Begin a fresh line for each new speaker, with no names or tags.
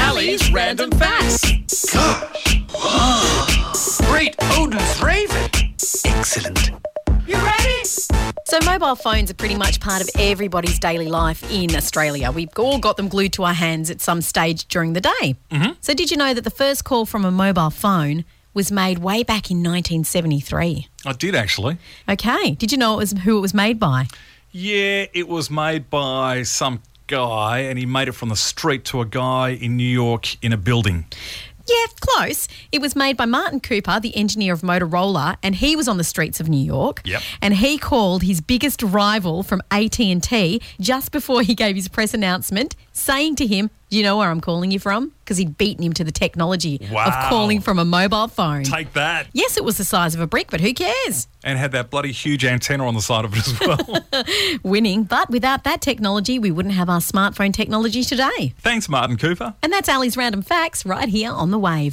Billy's Random Facts.
Gosh. Great Odin's Raven. Excellent. You ready?
So, mobile phones are pretty much part of everybody's daily life in Australia. We've all got them glued to our hands at some stage during the day. So, did you know that the first call from a mobile phone was made way back in 1973?
I did actually.
Okay. Did you know it was who it was made by?
Yeah, it was made by some guy, and he made it from the street to a guy in New York in a building.
Yeah, close. It was made by Martin Cooper, the engineer of Motorola, and he was on the streets of New York.
Yep.
And he called his biggest rival from AT&T just before he gave his press announcement, saying to him, "Do you know where I'm calling you from?" because he'd beaten him to the technology
Wow.
of calling from a mobile phone.
Take that.
yes, it was the size of a brick, but who cares?
And had that bloody huge antenna on the side of it as well.
Winning, but without that technology, we wouldn't have our smartphone technology today.
Thanks, Martin Cooper.
And that's Ali's random facts right here on the wave.